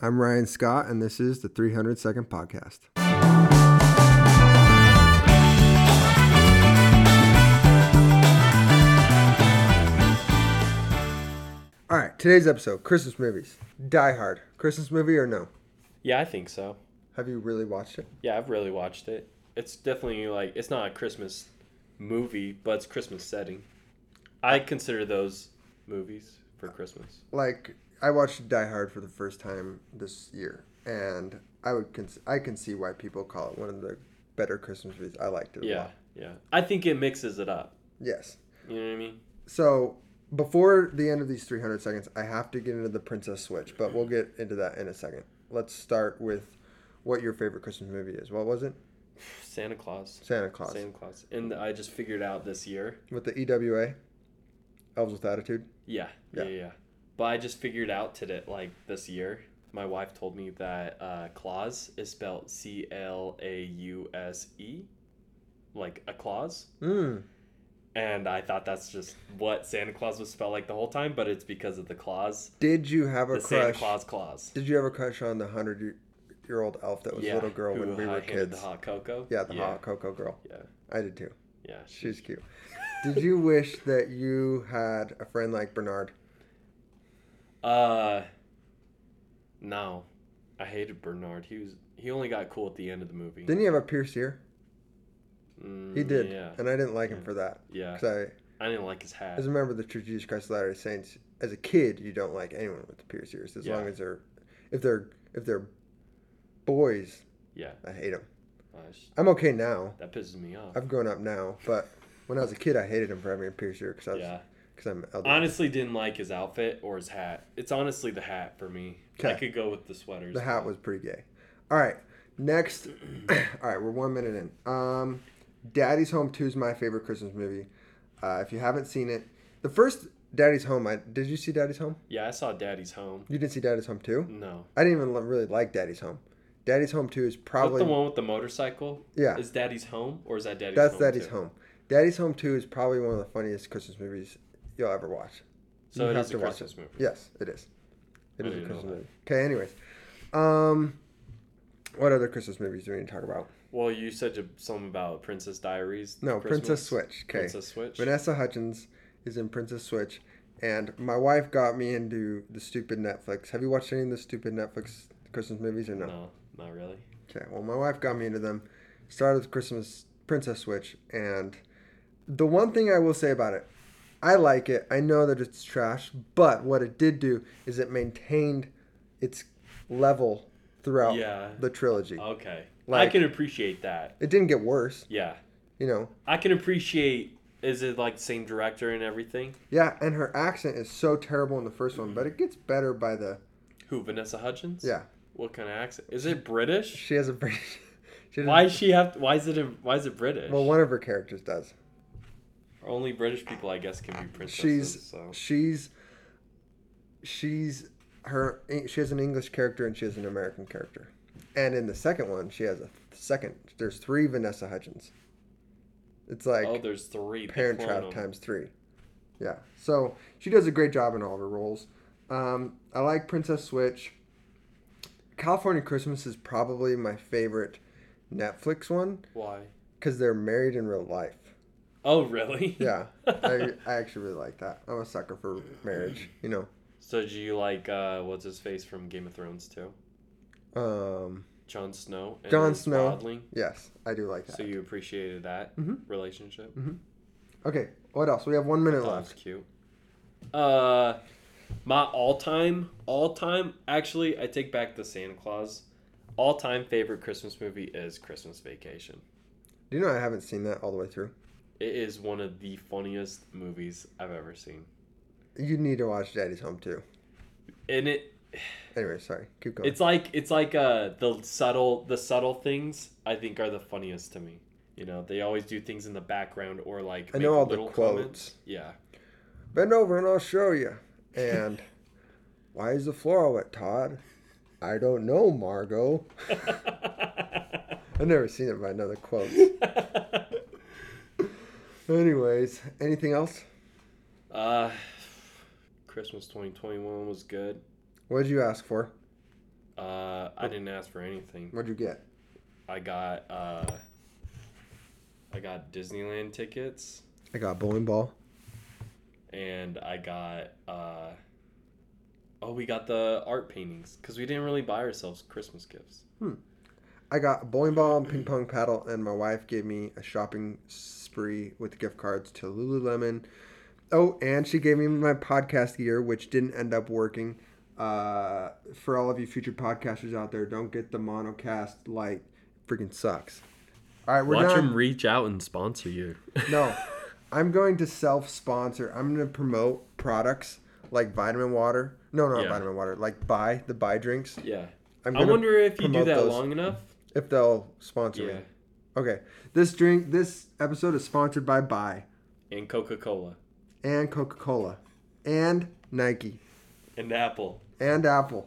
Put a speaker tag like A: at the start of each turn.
A: I'm Ryan Scott, and this is the 300 Second Podcast. All right, today's episode Christmas movies. Die Hard. Christmas movie or no?
B: Yeah, I think so.
A: Have you really watched it?
B: Yeah, I've really watched it. It's definitely like it's not a Christmas movie, but it's Christmas setting. I consider those movies for Christmas.
A: Like, I watched Die Hard for the first time this year, and I would cons- I can see why people call it one of the better Christmas movies. I liked it a
B: Yeah,
A: lot.
B: yeah. I think it mixes it up.
A: Yes.
B: You know what I mean?
A: So before the end of these 300 seconds, I have to get into the Princess Switch, but we'll get into that in a second. Let's start with what your favorite Christmas movie is. What was it?
B: Santa Claus.
A: Santa Claus
B: Santa Claus. And I just figured out this year.
A: with the EWA, Elves with Attitude.
B: Yeah, yeah, yeah. yeah. But I just figured out today, like this year, my wife told me that uh, Claus is spelled C L A U S E, like a clause.
A: Mm.
B: And I thought that's just what Santa Claus was spelled like the whole time, but it's because of the claws,
A: Did you have a
B: the Santa
A: crush?
B: Claus claws.
A: Did you have a crush on the hundred year old elf that was a little girl when
B: who
A: we were
B: hot-handed
A: kids?
B: The hot cocoa.
A: yeah, the
B: yeah,
A: hot cocoa girl.
B: Yeah,
A: I did too.
B: yeah.
A: She's cute. did you wish that you had a friend like Bernard?
B: Uh, no, I hated Bernard. He was he only got cool at the end of the movie.
A: Didn't he have a pierced ear?
B: Mm,
A: He did,
B: Yeah,
A: and I didn't like him
B: Yeah.
A: for that.
B: yeah.
A: 'Cause I
B: I didn't like his hat.
A: As a member of the Church of Jesus Christ of Latter-day Saints, as a kid, you don't like anyone with pierced ears, as
B: Yeah.
A: long as they're, if they're if they're boys,
B: Yeah,
A: I hate them.
B: I just-
A: I'm okay now.
B: that pisses me off.
A: I've grown up now, but when I was a kid, I hated him for having a pierced ear because
B: yeah,
A: I'm elderly.
B: honestly, didn't like his outfit or his hat. It's honestly the hat for me. I
A: 'Kay.
B: could go with the sweaters.
A: the hat was pretty gay. All right, next. All right, we're one minute in. Um, Daddy's Home Two is my favorite Christmas movie. Uh, if you haven't seen it, the first Daddy's Home. I did you see Daddy's Home?
B: Yeah, I saw Daddy's home.
A: You didn't see Daddy's Home Two?
B: No.
A: I didn't even lo- really like Daddy's Home. Daddy's Home 2 is
B: Is that
A: probably
B: the one with the motorcycle?
A: yeah,
B: Is Daddy's home or is that Daddy's
A: that's
B: home?
A: Daddy's
B: too?
A: Home. Daddy's Home 2 is probably one of the funniest Christmas movies you'll ever watch.
B: So
A: You
B: it
A: have
B: is
A: to
B: a
A: watch
B: Christmas movie.
A: Yes, it is. It
B: I
A: is a
B: didn't know
A: Christmas
B: that.
A: movie. Okay, anyways. Um what other Christmas movies do we need to talk about?
B: Well, you said j- something about Princess Diaries.
A: No,
B: Christmas.
A: Princess Switch. Okay.
B: Princess Switch.
A: Vanessa Hudgens is in Princess Switch and my wife got me into the stupid Netflix. Have you watched any of the stupid Netflix Christmas movies or no?
B: No, not really.
A: Okay, well, my wife got me into them. Started with Christmas Princess Switch, and the one thing I will say about it, I like it. I know that it's trash, but what it did do is it maintained its level throughout
B: Yeah.
A: the trilogy.
B: Okay.
A: Like-
B: I can appreciate that.
A: It didn't get worse,
B: Yeah.
A: you know.
B: I can appreciate. Is it like same director and everything?
A: Yeah, and her accent is so terrible in the first one, but it gets better by the.
B: Who Vanessa Hudgens?
A: Yeah,
B: What kind of accent? Is it British?
A: she has a British. She has a-
B: Why does she have? Why is it? in- Why is it British?
A: Well, one of her characters does.
B: Only British people, I guess, can be princesses.
A: she's
B: so.
A: she's she's her she has an english character and she has an american character and in the second one she has a second there's three vanessa hudgens it's like
B: oh, there's three. They
A: parent
B: clone
A: trap
B: them.
A: times three yeah so she does a great job in all of her roles um, i like princess switch california christmas is probably my favorite netflix one
B: Why?
A: because they're married in real life
B: Oh, really?
A: yeah I, I actually really like that i'm a sucker for marriage you know
B: so do you like uh, what's his face from Game of Thrones too?
A: Um,
B: Jon Snow. And
A: Jon
B: his
A: Snow.
B: Wildling?
A: yes, I do like that.
B: So you appreciated that
A: Mhm.
B: relationship?
A: okay, what else? We have one minute
B: That was
A: left.
B: cute. Uh, my all-time, all-time. Actually, I take back the Santa Claus. All-time favorite Christmas movie is Christmas Vacation.
A: Do you know I haven't seen that all the way through?
B: It is one of the funniest movies I've ever seen,
A: You need to watch Daddy's Home too.
B: and it
A: Anyway, sorry, keep going.
B: it's like it's like uh the subtle the subtle things I think are the funniest to me. You know, they always do things in the background or like
A: I know
B: make
A: all the
B: little
A: quotes.
B: Yeah,
A: Bend over and I'll show you. And why is the floor all wet, Todd? I don't know, Margot. I've never seen it by another quote. Anyways, anything else?
B: uh, Christmas 2021 was good. Uh,
A: What did you ask for?
B: I didn't ask for anything.
A: What'd you get?
B: I got uh, I got Disneyland tickets
A: I got bowling ball.
B: and I got uh, oh we got the art paintings because we didn't really buy ourselves Christmas gifts.
A: I got bowling ball and ping pong paddle, and my wife gave me a shopping spree with gift cards to Lululemon. Oh, and she gave me my podcast gear, which didn't end up working. Uh, for all of you future podcasters out there, don't get the monocast light. Freaking sucks. All right, we're
B: Watch
A: not.
B: them reach out and sponsor you.
A: No, I'm going to self sponsor. I'm going to promote products like vitamin water. No, not
B: Yeah.
A: vitamin water. Like buy the buy drinks.
B: yeah.
A: I'm
B: I
A: gonna,
B: wonder if you do
A: promote
B: that
A: those.
B: long enough.
A: if they'll sponsor me.
B: Yeah.
A: Okay. This drink this episode is sponsored by Buy
B: And Coca Cola
A: and Coca-Cola and Nike
B: and Apple.
A: and Apple